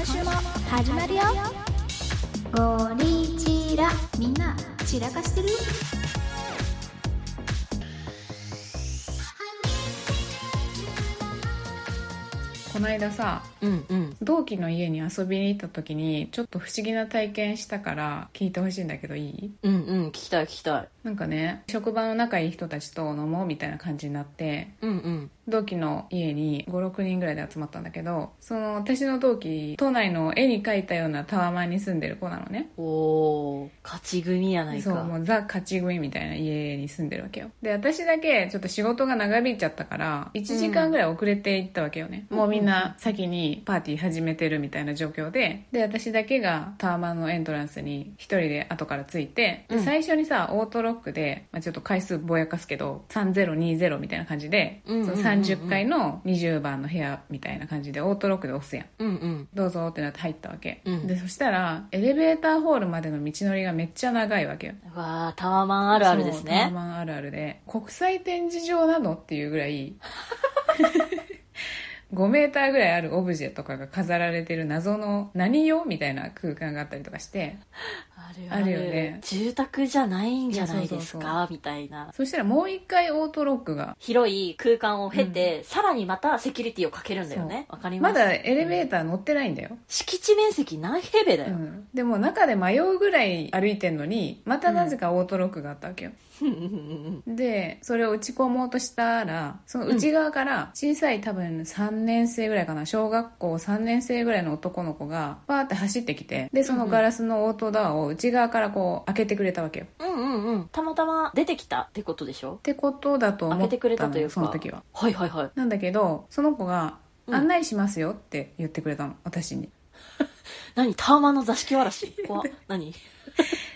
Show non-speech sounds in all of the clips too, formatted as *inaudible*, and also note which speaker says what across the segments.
Speaker 1: 始まるよゴリチラみんな散らかしてる
Speaker 2: この間さ
Speaker 3: うんうん
Speaker 2: 同期の家に遊びに行った時にちょっと不思議な体験したから聞いてほしいんだけどいい
Speaker 3: うんうん聞きたい聞きたい
Speaker 2: なんかね職場の仲いい人たちと飲もうみたいな感じになって
Speaker 3: うんうん
Speaker 2: 同期の家に56人ぐらいで集まったんだけどその私の同期都内の絵に描いたようなタワマンに住んでる子なのね
Speaker 3: おお勝ち組やないか
Speaker 2: そうもうザ勝ち組みたいな家に住んでるわけよで私だけちょっと仕事が長引いちゃったから1時間ぐらい遅れて行ったわけよね、もうみんな先にパーティー始めてるみたいな状況でで私だけがタワマンのエントランスに一人で後からついてで
Speaker 3: うん
Speaker 2: 最初にさオートロックで、まあ、ちょっと回数ぼやかすけど3020みたいな感じで、
Speaker 3: うんうんうんうん
Speaker 2: その30階の20番の部屋みたいな感じでオートロックで押すやん
Speaker 3: うんうん
Speaker 2: どうぞってなって入ったわけ、
Speaker 3: うん
Speaker 2: でそしたらエレベーターホールまでの道のりがめっちゃ長いわけよ
Speaker 3: うわあタワマンあるあるです
Speaker 2: そうタワ
Speaker 3: ね
Speaker 2: マンあるあるで国際展示場なのっていうぐらい *laughs* 5メーターぐらいあるオブジェとかが飾られてる謎の何用みたいな空間があったりとかして
Speaker 3: ある
Speaker 2: あるよね
Speaker 3: 住宅じゃないんじゃない
Speaker 2: いやそう
Speaker 3: で
Speaker 2: そうそ
Speaker 3: す
Speaker 2: う
Speaker 3: かみたいな
Speaker 2: そしたらもう一回オートロックが
Speaker 3: 広い空間を経て、さらにまたセキュリティをかけるんだよねわかりま
Speaker 2: ますだエレベ
Speaker 3: ー
Speaker 2: ーター乗ってないんだよ、
Speaker 3: 敷地面積何平米だ
Speaker 2: う
Speaker 3: よ、
Speaker 2: ん、でも中で迷うぐらい歩いてんのにまたなぜかオートロックがあったわけよ、
Speaker 3: うん、うんうん
Speaker 2: でそれを打ち込もうとしたらその内側から小さい多分3年生ぐらいかな小学校3年生ぐらいの男の子がバーって走ってきてでそのガラスのオートドアを内側からこう開けてくれたわけよっ
Speaker 3: うんうんうんたまたま出てきたってことでしょ
Speaker 2: てことだと思ったのよ
Speaker 3: 開けてくれたというか
Speaker 2: その時は
Speaker 3: はいはいはい
Speaker 2: なんだけどその子が「
Speaker 3: うん
Speaker 2: 案内しますよ」って言ってくれたの私に
Speaker 3: 何タワマンの座敷わらし怖っ何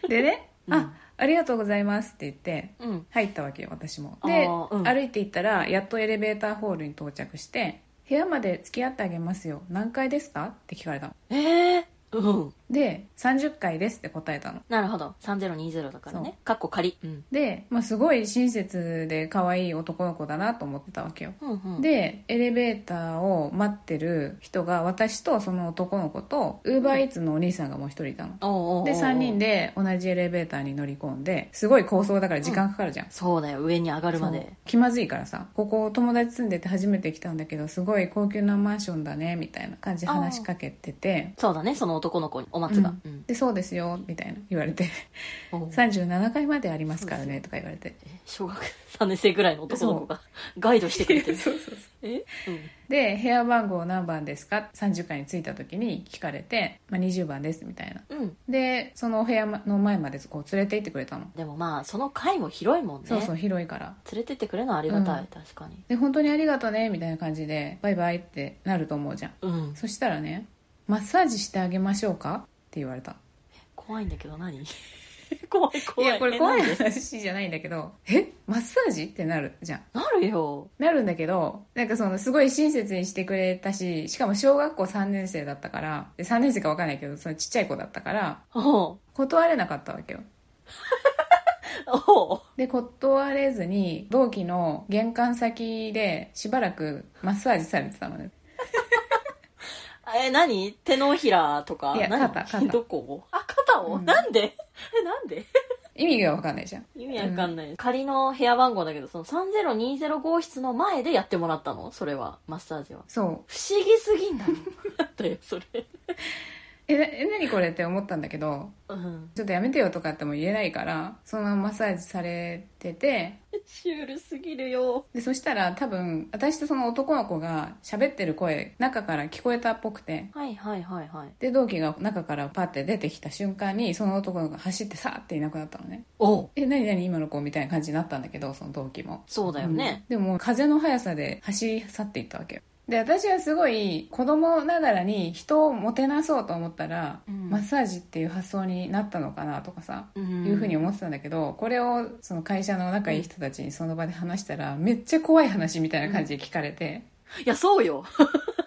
Speaker 2: でね「
Speaker 3: うん
Speaker 2: あありがとうございます」って言って
Speaker 3: うん
Speaker 2: 入ったわけよ私もで、
Speaker 3: あーうん
Speaker 2: 歩いて行ったらやっとエレベーターホールに到着して「部屋まで付き合ってあげますよ何階ですか?」って聞かれたの
Speaker 3: ええうん
Speaker 2: で30階ですって答えたの
Speaker 3: なるほど3020だから
Speaker 2: そ
Speaker 3: ねかっこ仮うん
Speaker 2: で、まあ、すごい親切で可愛い男の子だなと思ってたわけよ
Speaker 3: うんうん
Speaker 2: でエレベーターを待ってる人が私とその男の子とウーバーイーツのお兄さんがもう一人いたの
Speaker 3: おうおうおう
Speaker 2: で3人で同じエレベーターに乗り込んですごい高層だから時間かかるじゃん、
Speaker 3: そうだよ上に上がるま
Speaker 2: そう
Speaker 3: で
Speaker 2: 気まずいからさここ友達住んでて初めて来たんだけどすごい高級なマンションだねみたいな感じで話しかけてて
Speaker 3: そうだねその男の子にお松が
Speaker 2: うんでそうですよみたいな言われて
Speaker 3: うんおう
Speaker 2: 37階までありますからねとか言われて
Speaker 3: え小学3年生ぐらいの男の子がガイドしてくれてる
Speaker 2: *laughs* そうそうそう
Speaker 3: え
Speaker 2: で部屋番号何番ですか30階に着いた時に聞かれて、まあ、20番ですみたいな
Speaker 3: うんうん
Speaker 2: でそのお部屋の前までこう連れて行ってくれたの、
Speaker 3: でもまあその階も広いもんね
Speaker 2: そうそう
Speaker 3: 連
Speaker 2: 広いから
Speaker 3: れてってくれるのはありがたい、
Speaker 2: うん
Speaker 3: 確かに
Speaker 2: で本当にありがとねみたいな感じでバイバイってなると思うじゃん
Speaker 3: うん
Speaker 2: そしたらねマッサージしてあげましょうかって言われた
Speaker 3: 怖いんだけど何 *laughs* 怖い
Speaker 2: い
Speaker 3: 怖い
Speaker 2: やこれ怖い
Speaker 3: えなんで
Speaker 2: 話じゃないんだけどえマッサージってなるじゃん
Speaker 3: なるよ
Speaker 2: なるんだけどなんかそのすごい親切にしてくれたししかも小学校3年生だったからで3年生か分かんないけどそのちっちゃい子だったから
Speaker 3: おう
Speaker 2: 断れなかったわけよ
Speaker 3: おう
Speaker 2: で断れずに同期の玄関先でしばらくマッサージされてたのね
Speaker 3: え、何手のひらとか
Speaker 2: いや
Speaker 3: 何
Speaker 2: 肩肩
Speaker 3: どこをあ、肩を、
Speaker 2: うん
Speaker 3: なんでえ、なんで
Speaker 2: 意味が分かんないじゃん
Speaker 3: 意味わかんない、仮の部屋番号だけど、その3020号室の前でやってもらったのそれは、マッサージは。
Speaker 2: そう
Speaker 3: 不思議すぎんだろ。 *laughs* だったよ、それ。
Speaker 2: えなえ何これって思ったんだけど
Speaker 3: うん。
Speaker 2: ちょっとやめてよとかっても言えないからそのままマッサージされてて
Speaker 3: シュールすぎるよ。
Speaker 2: でそしたら多分私とその男の子が喋ってる声中から聞こえたっぽくて
Speaker 3: はいはいはいはい。
Speaker 2: で同期が中からパッて出てきた瞬間にその男の子が走ってさーっていなくなったのね
Speaker 3: おう
Speaker 2: え何何今の子みたいな感じになったんだけどその同期も
Speaker 3: そうだよね。
Speaker 2: うんでも風の速さで走り去っていったわけよで私はすごい子供ながらに人をもてなそうと思ったら、
Speaker 3: うん
Speaker 2: マッサージっていう発想になったのかなとかさ、
Speaker 3: うん
Speaker 2: いうふうに思ってたんだけどこれをその会社の仲いい人たちにその場で話したら、めっちゃ怖い話みたいな感じで聞かれて
Speaker 3: いや、そうよ。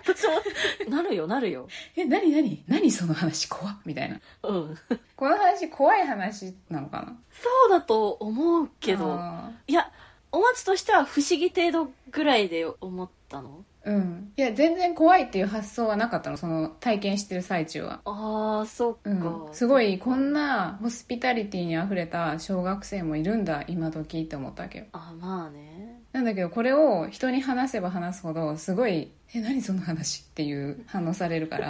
Speaker 3: 私も、なるよ、なるよ。
Speaker 2: 「え何何何その話怖っ」みたいな
Speaker 3: うん。
Speaker 2: この話怖い話なのかな
Speaker 3: そうだと思うけど。
Speaker 2: あ
Speaker 3: いや、お待ちとしては不思議程度ぐらいで思ったの
Speaker 2: ーうん。いや、全然怖いっていう発想はなかったの、その体験してる最中は。
Speaker 3: ああそっか、
Speaker 2: うん、すごいこん
Speaker 3: な
Speaker 2: なホスピタリティにあふれた小学生もいるんだ今時って思ったわけよ
Speaker 3: あまあね
Speaker 2: なんだけどこれを人に話せば話すほどすごい「え何その話」っていう反応されるから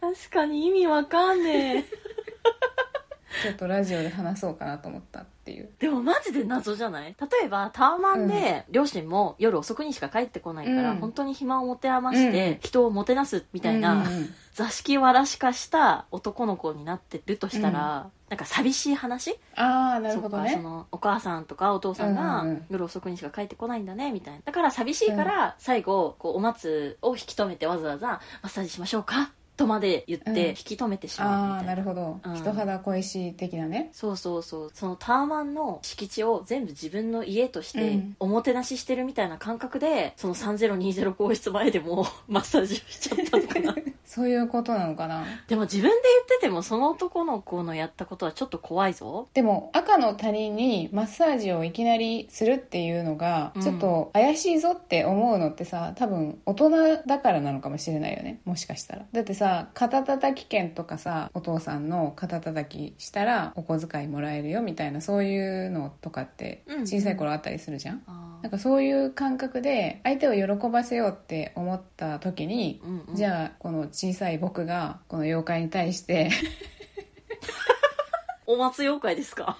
Speaker 3: 確かに意味わかんねえ
Speaker 2: ちょっとラジオで話そうかなと思ったっていう
Speaker 3: *laughs* でもマジで謎じゃない例えばタワマンで両親も夜遅くにしか帰ってこないから、
Speaker 2: うん
Speaker 3: 本当に暇を持て余して人をもてなすみたいな、
Speaker 2: うんうんうん
Speaker 3: 座敷わらし化した男の子になってるとしたら、なんか寂しい話
Speaker 2: ああなるほど
Speaker 3: そっかそ
Speaker 2: ね
Speaker 3: のお母さんとかお父さんが
Speaker 2: うんうんうん
Speaker 3: 夜遅くにしか帰ってこないんだねみたいなだから寂しいから最後こうお松を引き止めてわざわざ「マッサージしましょうか?」とまで言っ
Speaker 2: うん
Speaker 3: て引き止めてしまう
Speaker 2: ああ
Speaker 3: みた
Speaker 2: ない
Speaker 3: な。
Speaker 2: るほど、
Speaker 3: うん
Speaker 2: 人肌恋しい的なね
Speaker 3: そうそうそうそのタワマンの敷地を全部自分の家とし
Speaker 2: う
Speaker 3: て
Speaker 2: ん
Speaker 3: おもてなししてるみたいな感覚でその3020号室前でも *laughs* マッサージをしちゃったの
Speaker 2: *laughs*
Speaker 3: かな
Speaker 2: そういうことなのかな
Speaker 3: でも自分で言っててもその男の子のやったことはちょっと怖いぞ
Speaker 2: でも赤の他人にマッサージをいきなりするっていうのが
Speaker 3: うん
Speaker 2: ちょっと怪しいぞって思うのってさ多分大人だからなのかもしれないよねもしかしたらだってさ肩たたき券とかさお父さんの肩たたきしたらお小遣いもらえるよみたいなそういうのとかって
Speaker 3: うん
Speaker 2: 小さい頃あったりするじゃん、
Speaker 3: あ
Speaker 2: な
Speaker 3: ー
Speaker 2: んかそういう感覚で相手を喜ばせようって思った時に
Speaker 3: うんうん
Speaker 2: じゃあこの小さい僕がこの妖怪に対して *laughs*
Speaker 3: お祭り妖怪ですか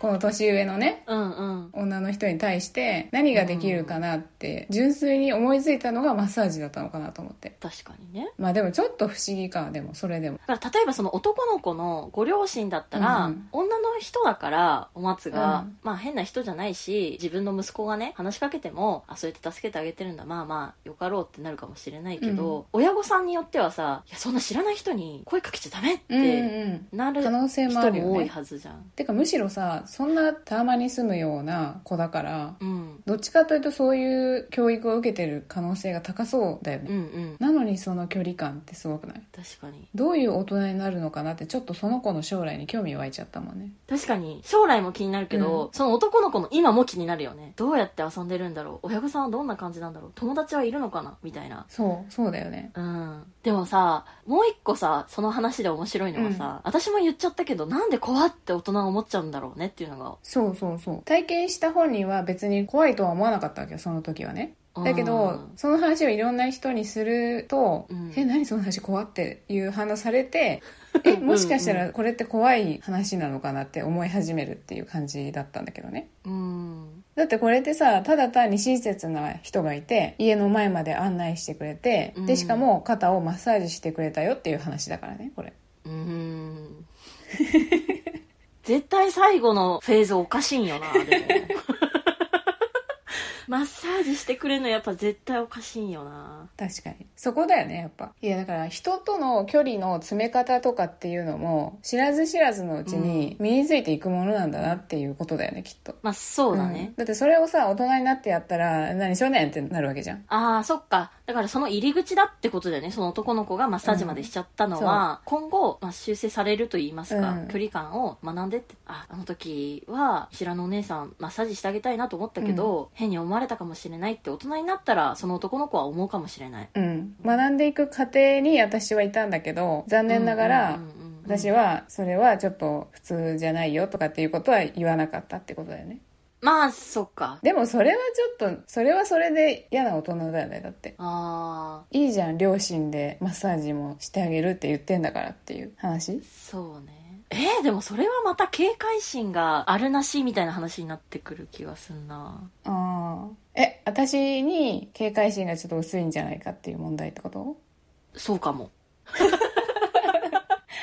Speaker 2: この年上のね
Speaker 3: うんうん
Speaker 2: 女の人に対して何ができるかなって純粋に思いついたのがマッサージだったのかなと思って
Speaker 3: 確かにね
Speaker 2: まあでもちょっと不思議かでもそれでも
Speaker 3: だから例えばその男の子のご両親だったら、
Speaker 2: うんうん
Speaker 3: 女の人だからお松が、
Speaker 2: うん
Speaker 3: まあ変な人じゃないし自分の息子がね話しかけてもあそうやって助けてあげてるんだまあまあよかろうってなるかもしれないけど、親御さんによってはさ「いやそんな知らない人に声かけちゃダメ」っ
Speaker 2: うんうん
Speaker 3: てな
Speaker 2: う
Speaker 3: る
Speaker 2: ん可能性もあ
Speaker 3: 人
Speaker 2: る
Speaker 3: も
Speaker 2: よ
Speaker 3: 多い
Speaker 2: ね
Speaker 3: はずじゃん。
Speaker 2: てかむしろさそんなタワマンに住むような子だから
Speaker 3: うん
Speaker 2: どっちかというとそういう教育を受けてる可能性が高そうだよ
Speaker 3: う
Speaker 2: ね、
Speaker 3: んうん
Speaker 2: なのにその距離感ってすごくない
Speaker 3: 確かに
Speaker 2: どういう大人になるのかなってちょっとその子の将来に興味湧いちゃったもんね
Speaker 3: 確かに将来も気になるけど、
Speaker 2: う
Speaker 3: その男の子の今も気になるよねどうやって遊んでるんだろう親御さんはどんな感じなんだろう友達はいるのかなみたいな
Speaker 2: そうそうだよね
Speaker 3: うん、でもさもう一個さその話で面白いのはさ、私も言っちゃったけどなんで怖って大人は思っちゃうんだろうねっていうの
Speaker 2: そうそうそう体験した本人は別に怖いとは思わなかったわけよその時はね
Speaker 3: が
Speaker 2: だけど、その話をいろんな人にすると「
Speaker 3: うん
Speaker 2: え何その話怖」っていう話され *laughs* て「えもしかした
Speaker 3: うん
Speaker 2: らこれって怖い話なのかな」って思い始めるっていう感じだったんだけどね
Speaker 3: うんうん
Speaker 2: だってこれってさただ単に親切な人がいて家の前まで案内してくれて、
Speaker 3: う
Speaker 2: で
Speaker 3: ん
Speaker 2: しかも肩をマッサージしてくれたよっていう話だからねこれ
Speaker 3: うん *laughs* 絶対最後のフェーズおかしいんよな
Speaker 2: *laughs*
Speaker 3: でもマッサージしてくれるのやっぱ絶対おかしいんよな
Speaker 2: 確かにそこだよねやっぱいやだから人との距離の詰め方とかっていうのも知らず知らずのうちに身についていくものなんだなっていうことだよねきっと
Speaker 3: まあそうだね
Speaker 2: ん、だってそれをさ大人になってやったら何少年ってなるわけじゃん
Speaker 3: ああ、そっか。だからその入り口だってことだよね。その男の子がマッサージまでしちゃったのは、今後、まあ、修正されると言いますか、
Speaker 2: うん
Speaker 3: 距離感を学んでって、あ、あの時は、白のお姉さんマッサージしてあげたいなと思ったけど、変に思われたかもしれないって大人になったら、その男の子は思うかもしれない。
Speaker 2: うん学んでいく過程に私はいたんだけど残念ながら
Speaker 3: うんうんうんうん
Speaker 2: 私はそれはちょっと普通じゃないよとかっていうことは言わなかったってことだよね
Speaker 3: まあ、そっか。
Speaker 2: でもそれはちょっとそれはそれで嫌な大人だよねだって
Speaker 3: ああ、
Speaker 2: いいじゃん両親でマッサージもしてあげるって言ってんだからっていう話
Speaker 3: そうね。えー、でもそれはまた警戒心があるなしみたいな話になってくる気がすんな。
Speaker 2: ああえ私に警戒心がちょっと薄いんじゃないかっていう問題ってこと
Speaker 3: そうかも。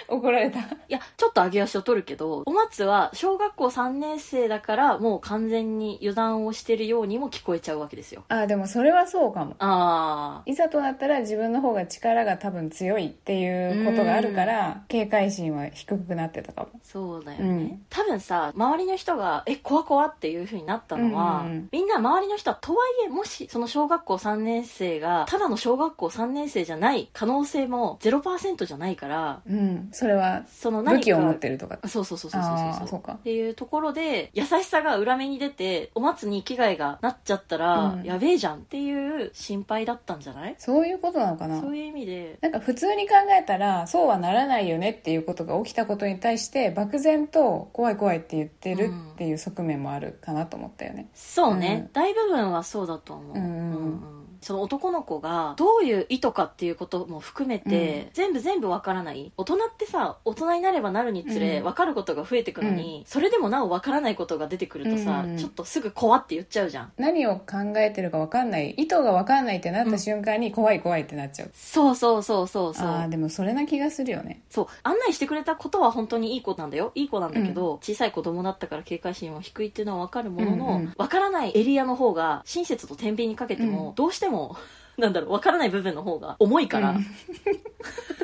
Speaker 2: 怒られた
Speaker 3: いや、ちょっと上げ足を取るけど、お松は小学校3年生だから、もう完全に油断をしてるようにも聞こえちゃうわけですよ。
Speaker 2: ああでもそれはそうかも
Speaker 3: あ
Speaker 2: いざとなったら自分の方が力が多分強いっていうことがあるから警戒心は低くなってたかも
Speaker 3: ー、そうだよね。
Speaker 2: うん
Speaker 3: 多分さ、周りの人が、え、怖怖っていう風になったのは、
Speaker 2: うんうんうん
Speaker 3: みんな周りの人は、とはいえ、もし、その小学校3年生が、ただの小学校3年生じゃない可能性も0%じゃないから、
Speaker 2: うんそれは
Speaker 3: その
Speaker 2: 武
Speaker 3: 何
Speaker 2: 器
Speaker 3: か
Speaker 2: を持ってるとか
Speaker 3: そうそうそうそうそう
Speaker 2: あ
Speaker 3: そ
Speaker 2: あ
Speaker 3: う
Speaker 2: そうか
Speaker 3: っていうところで優しさが裏目に出てお松に危害がなっちゃったら、
Speaker 2: うん
Speaker 3: やべえじゃんっていう心配だったんじゃない
Speaker 2: そういうことなのかな
Speaker 3: そういう意味で
Speaker 2: なんか普通に考えたらそうはならないよねっていうことが起きたことに対して漠然と怖い怖いって言ってるっていう側面もあるかなと思ったよね、
Speaker 3: そうね、
Speaker 2: うん
Speaker 3: 大部分はそうだと思う、
Speaker 2: うんうんうん
Speaker 3: んその男の子がどういう意図かっていうことも含めて、全部全部わからない大人ってさ大人になればなるにつれ
Speaker 2: うん
Speaker 3: わかることが増えてくのに、それでもなおわからないことが出てくるとさ、
Speaker 2: うんうん
Speaker 3: ちょっとすぐ怖って言っちゃうじゃん
Speaker 2: 何を考えてるか分かんない意図が分かんないってなっ
Speaker 3: う
Speaker 2: た
Speaker 3: ん
Speaker 2: 瞬間に怖い怖いってなっちゃう、
Speaker 3: そうそうそうそうそう
Speaker 2: ああでもそれな気がするよね
Speaker 3: そう案内してくれたことは本当にいい子なんだよいい子なんだけど、小さい子供だったから警戒心は低いっていうのは分かるものの、
Speaker 2: うんうん
Speaker 3: 分からないエリアの方が親切と天秤にかけても、
Speaker 2: う
Speaker 3: どうしても *laughs* なんだろう分からない部分の方が重いから、
Speaker 2: うん
Speaker 3: *laughs*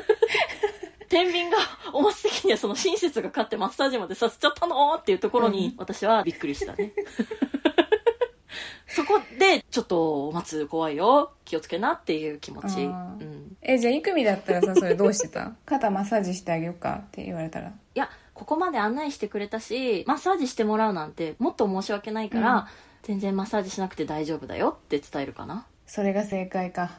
Speaker 3: 天秤がお松的にはその親切が勝ってマッサージまでさせちゃったのっていうところに、
Speaker 2: うん
Speaker 3: 私はびっくりした
Speaker 2: *laughs*
Speaker 3: ねそこでちょっとお松怖いよ気をつけなっていう気持ち、う
Speaker 2: あー
Speaker 3: ん、
Speaker 2: えじゃあイクミだったらさそれどうして
Speaker 3: *laughs*
Speaker 2: た肩マッサージしてあげようかって言われたら
Speaker 3: いやここまで案内してくれたしマッサージしてもらうなんてもっと申し訳ないから、
Speaker 2: うん
Speaker 3: 全然マッサージしなくて大丈夫だよって伝えるかな
Speaker 2: それが正解
Speaker 3: *laughs*
Speaker 2: か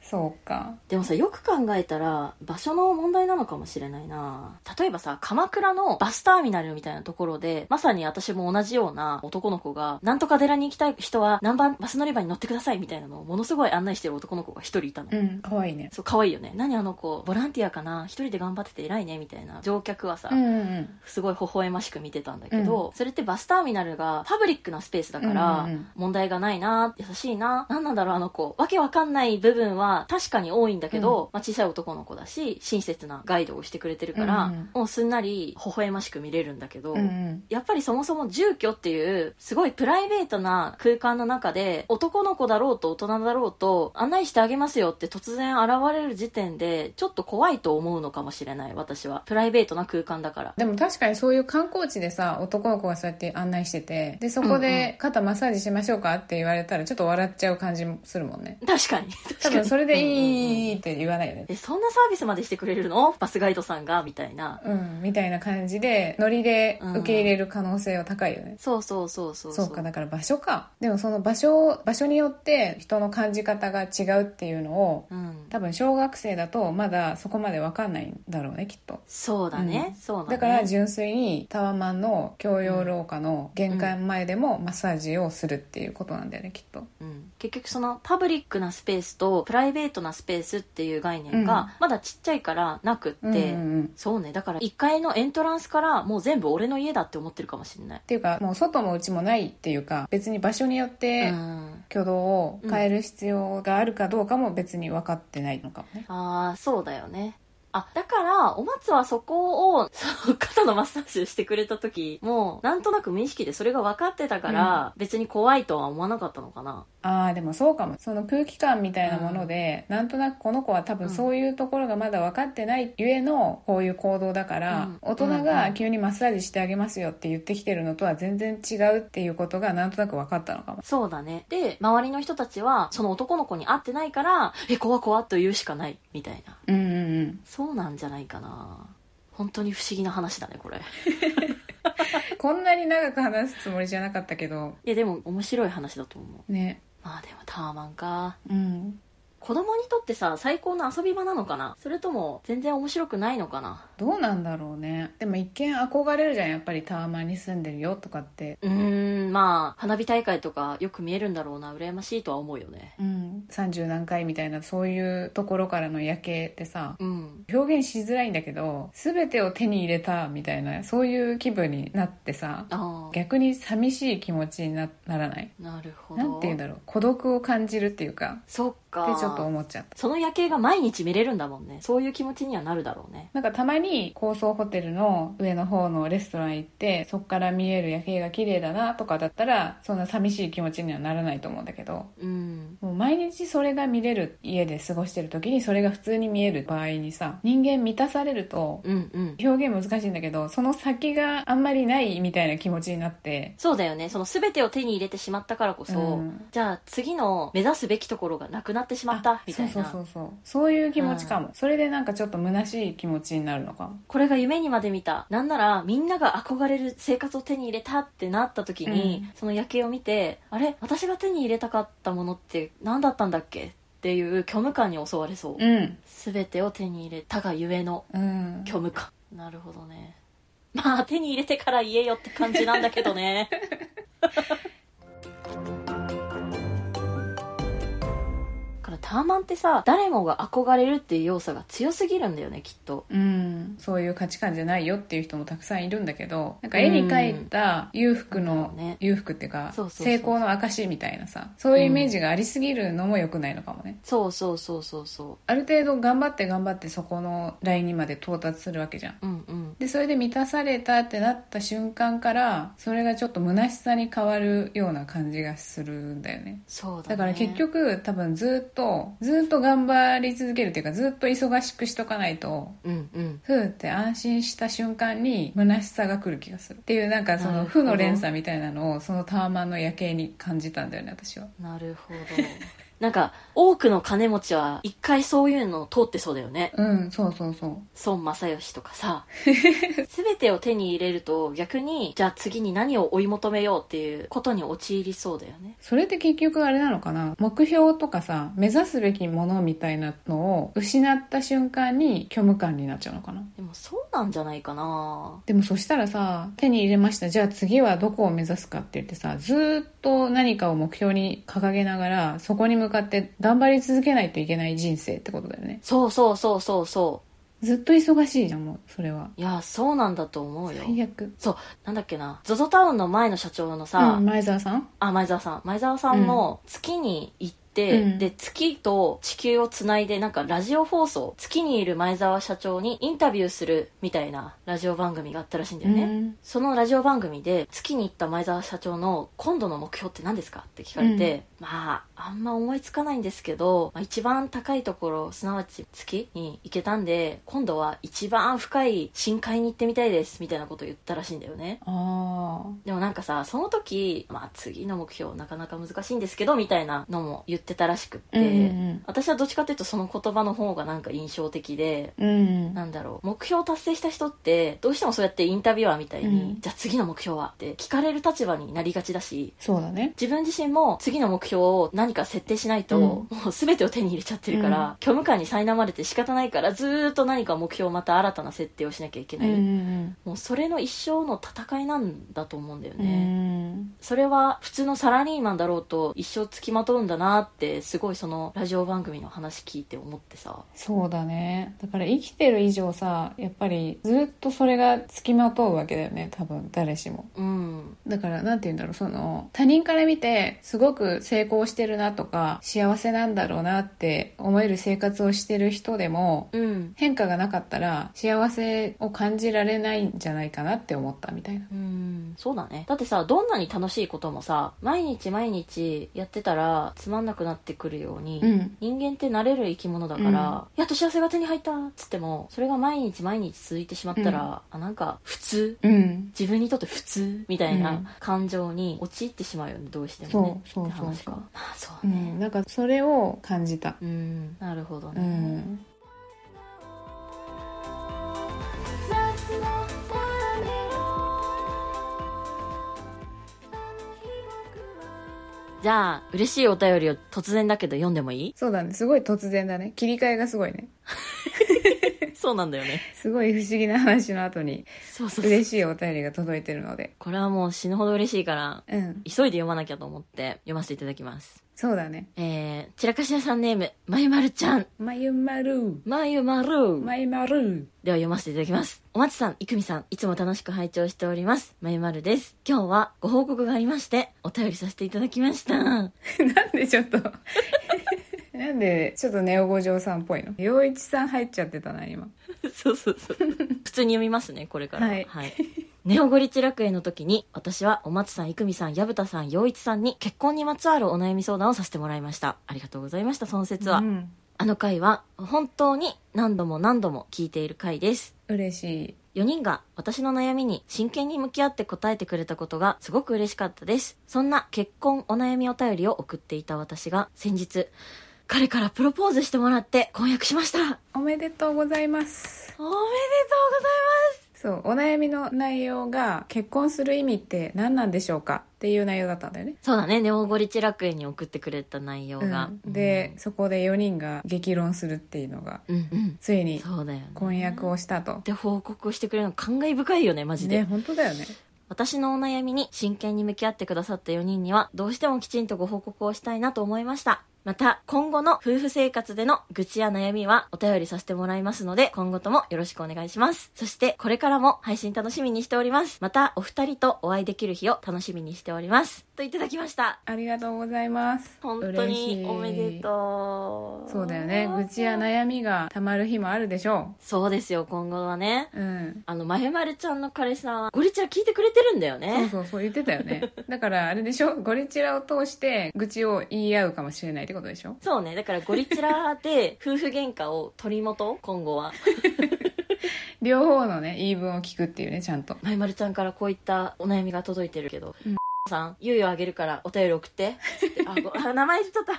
Speaker 2: そうか
Speaker 3: でもさよく考えたら場所の問題なのかもしれないな例えばさ鎌倉のバスターミナルみたいなところでまさに私も同じような男の子がなんとか寺に行きたい人は何番バス乗り場に乗ってくださいみたいなのをものすごい案内してる男の子が一人いたの、
Speaker 2: うん可愛いね
Speaker 3: そう可愛いよね何あの子ボランティアかな一人で頑張ってて偉いねみたいな乗客はさ、
Speaker 2: うんうん
Speaker 3: すごい微笑ましく見てたんだけど、それってバスターミナルがパブリックなスペースだから、
Speaker 2: うんうんうん
Speaker 3: 問題がないな優しいな何なんだろうあの子わけわかんない部分は確かに多いんだけど、まあ、小さい男の子だし親切なガイドをしてくれてるから、
Speaker 2: うんうん
Speaker 3: もうすんなり微笑ましく見れるんだけど、
Speaker 2: うんうん
Speaker 3: やっぱりそもそも住居っていうすごいプライベートな空間の中で男の子だろうと大人だろうと案内してあげますよって突然現れる時点でちょっと怖いと思うのかもしれない私はプライベートな空間だから
Speaker 2: でも確かにそういう観光地でさ男の子がそうやって案内しててでそこ
Speaker 3: うん
Speaker 2: で肩マッサージしましょうかって言われたらちょっと笑っちゃう感じもするもんね
Speaker 3: 確かに
Speaker 2: *laughs* 多
Speaker 3: 確か
Speaker 2: 分
Speaker 3: に
Speaker 2: それでい
Speaker 3: うんうんうん
Speaker 2: いって言わないよね
Speaker 3: えそんなサービスまでしてくれるのバスガイドさんがみたいな
Speaker 2: うんみたいな感じでノリで受け入れる可能性は高いよね
Speaker 3: そうそうそうそう
Speaker 2: そうかだから場所かでもその場所場所によって人の感じ方が違うっていうのを
Speaker 3: うん、
Speaker 2: 多分小学生だとまだそこまで分かんないんだろうねきっと
Speaker 3: そうだね、そうだね
Speaker 2: だから純粋にタワマンの教養廊下の玄関前でもマッサージをするっていうことなんだよねきっと
Speaker 3: うん、結局そのパブリックなスペースとプライベートなスペースっていう概念
Speaker 2: うん
Speaker 3: がまだちっちゃいからなくって、
Speaker 2: うんうんうんっ
Speaker 3: そうねだから1階のエントランスからもう全部俺の家だって思ってるかもしれない
Speaker 2: ていうかもう外も内もないっていうか別に場所によっ
Speaker 3: う
Speaker 2: て
Speaker 3: ん
Speaker 2: 挙動を変える必要があるかどうかも別に分かってないのかもね
Speaker 3: ああそうだよねあだからお松はそこを *laughs* その肩のマッサージをしてくれた時もうなんとなく無意識でそれが分かってたから、別に怖いとは思わなかったのかな
Speaker 2: ああでもそうかもその空気感みたいなもので、なんとなくこの子は多分そういうところがまだ分かってないゆえのこういう行動だから、
Speaker 3: うん
Speaker 2: 大人が急にマッサージしてあげますよって言ってきてるのとは全然違うっていうことがなんとなく分かったのかも
Speaker 3: そうだねで周りの人たちはその男の子に会ってないから「え怖怖」と言うしかないみたいな
Speaker 2: うんうんうん
Speaker 3: そうなんじゃないかな本当に不思議な話だねこれい
Speaker 2: こんなに長く話すつもりじゃなかったけど
Speaker 3: やでも面白い話だと思う
Speaker 2: ね
Speaker 3: まあでもタワマンか
Speaker 2: うん
Speaker 3: 子供にとってさ最高の遊び場なのかなそれとも全然面白くないのかな
Speaker 2: どうなんだろうねでも一見憧れるじゃんやっぱりタワマンに住んでるよとかって、
Speaker 3: うーんまあ花火大会とかよく見えるんだろうな羨ましいとは思うよね
Speaker 2: うん、30何回みたいなそういうところからの夜景ってさ
Speaker 3: うん
Speaker 2: 表現しづらいんだけど全てを手に入れたみたいなそういう気分になってさ
Speaker 3: ああ
Speaker 2: 逆に寂しい気持ちになならない
Speaker 3: なるほど
Speaker 2: なんて言うんだろう孤独を感じるっていうか
Speaker 3: そっか
Speaker 2: ってちょっと思っちゃった
Speaker 3: その夜景が毎日見れるんだもんねそういう気持ちにはなるだろうね
Speaker 2: なんかたまに高層ホテルの上の方のレストラン行ってそこから見える夜景が綺麗だなとかだったらそんな寂しい気持ちにはならないと思うんだけど
Speaker 3: うん
Speaker 2: もう毎日それが見れる家で過ごしてる時にそれが普通に見える場合にさ人間満たされると
Speaker 3: うんうん
Speaker 2: 表現難しいんだけどその先があんまりないみたいな気持ちになって
Speaker 3: そうだよねその全てを手に入れてしまったからこそ、
Speaker 2: うん
Speaker 3: じゃあ次の目指すべきところがなくなってしまったみたいな
Speaker 2: そうそうそうそうそういう気持ちかも、それでなんかちょっと虚しい気持ちになるのかも
Speaker 3: これが夢にまで見たなんならみんなが憧れる生活を手に入れたってなった時に、その夜景を見てあれ私が手に入れたかったものって何だったんだっけっていう虚無感に襲われそう、
Speaker 2: うん
Speaker 3: 全てを手に入れたがゆえの
Speaker 2: うん
Speaker 3: 虚無感なるほどねまあ手に入れてから言えよって感じなんだけどねこれターマンってさ誰もが憧れるっていう要素が強すぎるんだよねきっと
Speaker 2: うん、そういう価値観じゃないよっていう人もたくさんいるんだけどなんか絵に描いた裕福の、
Speaker 3: うんね
Speaker 2: 裕福っていうか
Speaker 3: そうそうそう
Speaker 2: 成功の証みたいなさそういうイメージがありすぎるのも良くないのかもね、
Speaker 3: そうそうそうそうそ
Speaker 2: ある程度頑張って頑張ってそこのラインにまで到達するわけじゃん
Speaker 3: ううんうん
Speaker 2: でそれで満たされたってなった瞬間からそれがちょっと虚しさに変わるような感じがするんだよね
Speaker 3: そうだ、ね、
Speaker 2: だから結局多分ずっとずっと頑張り続けるっていうかずっと忙しくしとかないと
Speaker 3: うんうん
Speaker 2: ふうって安心した瞬間に虚しさが来る気がするっていうなんかそ
Speaker 3: なる
Speaker 2: の
Speaker 3: ほど
Speaker 2: 負の連鎖みたいなのをそのタワマンの夜景に感じたんだよね私は
Speaker 3: なるほど *laughs* なんか多くの金持ちは一回そういうのを通ってそうだよね
Speaker 2: うんそうそうそう
Speaker 3: 孫正義とか *laughs* さ全てを手に入れると逆にじゃあ次に何を追い求めようっていうことに陥りそうだよね
Speaker 2: それって結局あれなのかな目標とかさ目指すべきものみたいなのを失った瞬間に虚無感になっちゃうのかな
Speaker 3: でもそうなんじゃないかな
Speaker 2: でもそしたらさ手に入れましたじゃあ次はどこを目指すかって言ってさずーっと何かを目標に掲げながらそこに向かって頑張り続けないといけない人生ってことだよね
Speaker 3: そうそうそうそうそ
Speaker 2: ずっと忙しいじゃんもうそれは
Speaker 3: ういやそうなんだと思うよ
Speaker 2: 最悪
Speaker 3: そうなんだっけな ZOZO タウンの前の社長のさ、
Speaker 2: うん、前澤さん
Speaker 3: あ前澤さん前澤さんも月に行って、
Speaker 2: うん
Speaker 3: で月と地球をつないでなんかラジオ放送月にいる前澤社長にインタビューするみたいなラジオ番組があったらしいんだよね、
Speaker 2: うん
Speaker 3: そのラジオ番組で月に行った前澤社長の今度の目標って何ですかって聞かれて、まああんま思いつかないんですけど、まあ、一番高いところすなわち月に行けたんで今度は一番深い深海に行ってみたいですみたいなことを言ったらしいんだよね
Speaker 2: ああ
Speaker 3: でもなんかさその時、まあ、次の目標なかなか難しいんですけどみたいなのも言ってたらしくって、
Speaker 2: うんうん
Speaker 3: 私はどっちかっていうとその言葉の方がなんか印象的で
Speaker 2: うんうん
Speaker 3: なんだろう目標を達成した人ってどうしてもそうやってインタビュアーみたいに、
Speaker 2: うん
Speaker 3: じゃあ次の目標はって聞かれる立場になりがちだし
Speaker 2: そうだね
Speaker 3: 自分自身も次の目標を何か設定しないと、
Speaker 2: うん
Speaker 3: もう全てを手に入れちゃってるから、虚無感に苛まれて仕方ないからずーっと何か目標をまた新たな設定をしなきゃいけ
Speaker 2: う
Speaker 3: なんい、
Speaker 2: うん
Speaker 3: もうそれの一生の戦いなんだと思うんだよ
Speaker 2: う
Speaker 3: ね、
Speaker 2: ん
Speaker 3: それは普通のサラリーマンだろうと一生つきまとうんだなってすごいそのラジオ番組の話聞いて思ってさ
Speaker 2: そうだねだから生きてる以上さやっぱりずっとそれがつきまとうわけだよね多分誰しも
Speaker 3: うん
Speaker 2: だからなんて言うんだろうその他人から見てすごく成功してるなとか幸せなんだろうなって思える生活をしてる人でも
Speaker 3: うん
Speaker 2: 変化がなかったら幸せを感じられないんじゃないかなって思ったみたいな
Speaker 3: うんそうだねだってさどんなに楽しいこともさ毎日毎日やってたらつまんなくなってくるように、
Speaker 2: うん
Speaker 3: 人間って慣れる生き物だから、
Speaker 2: うん
Speaker 3: やっと幸せが手に入ったっつってもそれが毎日毎日続いてしまったら、あなんか普通
Speaker 2: うん
Speaker 3: 自分にとって普通みたいうなん感情に陥ってしまうよねどうしてもね
Speaker 2: そうそうそうそう
Speaker 3: って話かまあそう
Speaker 2: う
Speaker 3: ね、
Speaker 2: んなんかそれを感じた
Speaker 3: うん、なるほど
Speaker 2: う
Speaker 3: ね、
Speaker 2: ん
Speaker 3: じゃあ嬉しいお便りを突然だけど読んでもいい
Speaker 2: そうだねすごい突然だね切り替えがすごいね
Speaker 3: *laughs* そうなんだよね
Speaker 2: すごい不思議な話の後に
Speaker 3: そうそう
Speaker 2: 嬉しいお便りが届いてるので
Speaker 3: これはもう死ぬほど嬉しいから
Speaker 2: うん
Speaker 3: 急いで読まなきゃと思って読ませていただきます
Speaker 2: そうだね
Speaker 3: えー、散らかし屋さんネームまゆまるちゃん
Speaker 2: まゆまる
Speaker 3: まゆまる
Speaker 2: まゆまる
Speaker 3: では読ませていただきます。おまちさん、いくみさん、いつも楽しく拝聴しております。まゆまるです。今日はご報告がありまして、お便りさせていただきまし
Speaker 2: *laughs*
Speaker 3: た。
Speaker 2: なんでちょっと *laughs* なんでちょっとネオ五条さんっぽいの陽一さん入っちゃってたな今
Speaker 3: *laughs* そうそうそう。普通に読みますね、これから。
Speaker 2: はい
Speaker 3: ネオゴリチ楽園の時に、私はお松さん、いくみさん、矢ぶたさん、陽一さんに結婚にまつわるお悩み相談をさせてもらいました。ありがとうございました、その説は。
Speaker 2: うん、
Speaker 3: あの回は、本当に何度も何度も聞いている回です。
Speaker 2: 嬉しい
Speaker 3: 4人が私の悩みに真剣に向き合って答えてくれたことがすごく嬉しかったですそんな結婚お悩みお便りを送っていた私が先日彼からプロポーズしてもらって婚約しましたおめでと
Speaker 2: おめでとうございます
Speaker 3: うございます
Speaker 2: そうお悩みの内容が結婚する意味って何なんでしょうかっていう内容だったんだよね
Speaker 3: そうだねネオゴリチ楽園に送ってくれた内容が、
Speaker 2: うんで、そこで4人が激論するっていうのが
Speaker 3: うんうん
Speaker 2: ついに
Speaker 3: そうだよ、ね、
Speaker 2: 婚約をしたと
Speaker 3: っ、て報告してくれるの感慨深いよねマジで、
Speaker 2: ね本当だよね
Speaker 3: 私のお悩みに真剣に向き合ってくださった4人にはどうしてもきちんとご報告をしたいなと思いましたまた今後の夫婦生活での愚痴や悩みはお便りさせてもらいますので今後ともよろしくお願いしますそしてこれからも配信楽しみにしておりますまたお二人とお会いできる日を楽しみにしておりますといただきました
Speaker 2: ありがとうございます
Speaker 3: 本当
Speaker 2: 嬉し
Speaker 3: に
Speaker 2: い
Speaker 3: おめでとう
Speaker 2: そうだよね愚痴や悩みがたまる日もあるでしょ
Speaker 3: そうですよ今後はね
Speaker 2: ううん
Speaker 3: あのまゆまるちゃんの彼氏さんはゴリちゃん聞いてくれてるんだよね
Speaker 2: そうそうそう言ってたよ
Speaker 3: *laughs*
Speaker 2: ねだからあれでしょゴリチラを通して愚痴を言い合うかもしれないってことでしょ
Speaker 3: そうねだからゴリチラで *laughs* 夫婦喧嘩を取り戻今後は
Speaker 2: 両方のね言い分を聞くっていうねちゃんと
Speaker 3: まゆまるちゃんからこういったお悩みが届いてるけど、
Speaker 2: うん
Speaker 3: さん猶予あげるからお便り送 *laughs* ってつってあごあ名前言っちゃった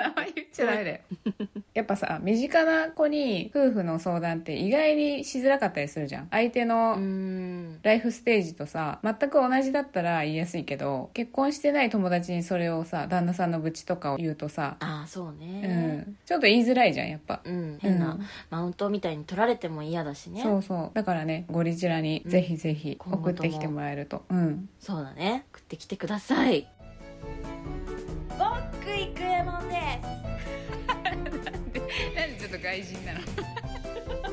Speaker 2: 名前言っちゃダメだよやっぱさ身近な子に夫婦の相談って意外にしづらかったりするじゃん相手
Speaker 3: うー
Speaker 2: の
Speaker 3: ん
Speaker 2: ライフステージとさ全く同じだったら言いやすいけど結婚してない友達にそれをさ旦那さんの愚痴とかを言うとさ、
Speaker 3: ああそう
Speaker 2: う
Speaker 3: ね
Speaker 2: ん、ちょっと言いづらいじゃんやっぱ、
Speaker 3: うん、変な、
Speaker 2: うん
Speaker 3: マウントみたいに取られても嫌だしね
Speaker 2: そうそうだからねゴリチラにぜひぜひ
Speaker 3: 今後とも
Speaker 2: 送ってきてもらえるとうん
Speaker 3: そうだね食ってきてください僕いくえもんです
Speaker 2: なんでちょっと外人なの *laughs*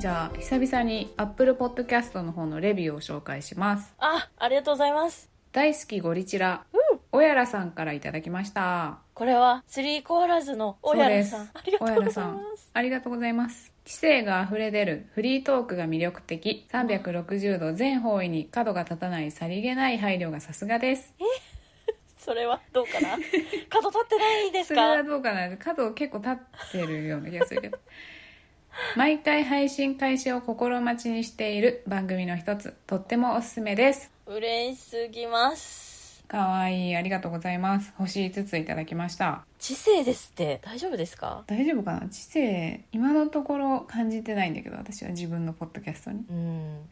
Speaker 2: じゃあ久々に Apple Podcast の方のレビューを紹介します
Speaker 3: あありがとうございます
Speaker 2: 大好きゴリチラ、おやらさんからいただきました
Speaker 3: これはスリーコーラーズの小原さん
Speaker 2: そう
Speaker 3: あ
Speaker 2: で
Speaker 3: り
Speaker 2: す
Speaker 3: がとうござ
Speaker 2: 小原
Speaker 3: い
Speaker 2: さん
Speaker 3: ます
Speaker 2: ありがとうございます知性があふれ出るフリートークが魅力的360度全方位に角が立たないさりげない配慮がさすがです
Speaker 3: それはどう
Speaker 2: *laughs*
Speaker 3: かな角立ってないです
Speaker 2: それは
Speaker 3: か
Speaker 2: どうかな角結構立ってるような気がするけ
Speaker 3: *laughs*
Speaker 2: ど毎回配信開始を心待ちにしている番組の一つとってもおすすめです
Speaker 3: 嬉しすぎます
Speaker 2: かわいいありがとうございます星5ついただきました
Speaker 3: 知性ですって大丈夫ですか
Speaker 2: 大丈夫かな知性今のところ感じてないんだけど私は自分のポッドキャストに
Speaker 3: うん
Speaker 2: *laughs*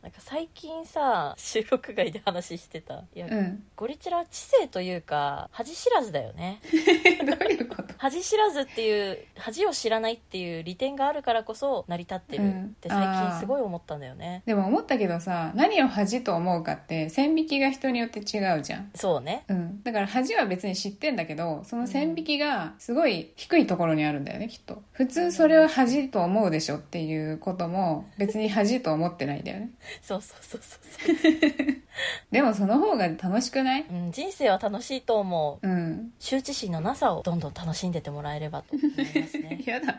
Speaker 3: なんか最近さ収録外で話してたいや、
Speaker 2: うん
Speaker 3: ゴリチラは知性というか恥知らずだよね
Speaker 2: *laughs* どういうこと
Speaker 3: 恥知らずっていう恥を知らないっていう利点があるからこそ成り立って
Speaker 2: う
Speaker 3: る
Speaker 2: ん
Speaker 3: って最近すごい思ったんだよね、
Speaker 2: でも思ったけどさ何を恥と思うかって線引きが人によって違うじゃん
Speaker 3: そうね
Speaker 2: うん、だから恥は別に知ってんだけどその線引きがすごい低いところにあるんだよねきっと普通それを恥と思うでしょっていうことも別に恥と思ってないんだよね
Speaker 3: そうそうそうそう
Speaker 2: でもその方が楽しくない
Speaker 3: そう、うん、人生は楽しいと思う
Speaker 2: うん
Speaker 3: 羞恥心のなさをどんどん楽しんでってもらえればと思いますね
Speaker 2: *laughs* 嫌だな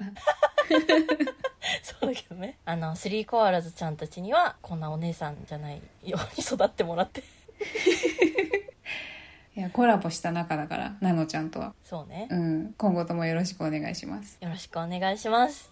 Speaker 3: そうだけどねあのスリーコアラズちゃんたちにはこんなお姉さんじゃないように育ってもらって *laughs*
Speaker 2: いやコラボした仲だからなのちゃんとは、
Speaker 3: そうね、
Speaker 2: うん、今後ともよろしくお願いします
Speaker 3: よろしくお願いします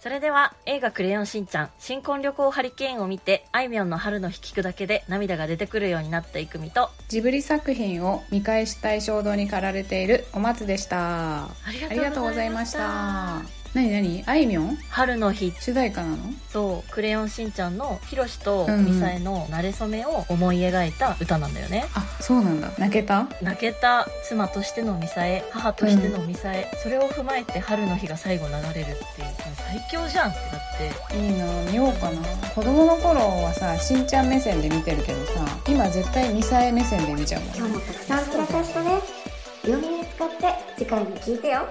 Speaker 3: それでは映画「クレヨンしんちゃん」新婚旅行ハリケーンを見てあいみょんの春の引きくだけで涙が出てくるようになったいくみと
Speaker 2: ジブリ作品を見返したい衝動に駆られているお松でしたあ
Speaker 3: あ
Speaker 2: りがとうございましたなになにあいみょん
Speaker 3: 春の日
Speaker 2: 主題歌なの
Speaker 3: と「クレヨンしんちゃん」のひろしと
Speaker 2: うんうん
Speaker 3: みさえの馴れ初めを思い描いた歌なんだよね、
Speaker 2: あそうなんだ泣けた
Speaker 3: 泣けた妻としてのミサエ母としてのミサエ、それを踏まえて春の日が最後流れるっていうもう最強じゃんってなって
Speaker 2: いいな見ようかな子供の頃はさしんちゃん目線で見てるけどさ今絶対ミサエ目線で見ちゃうもん
Speaker 1: 今日もたくさん散らかしたね両耳使って次回も聞いてよ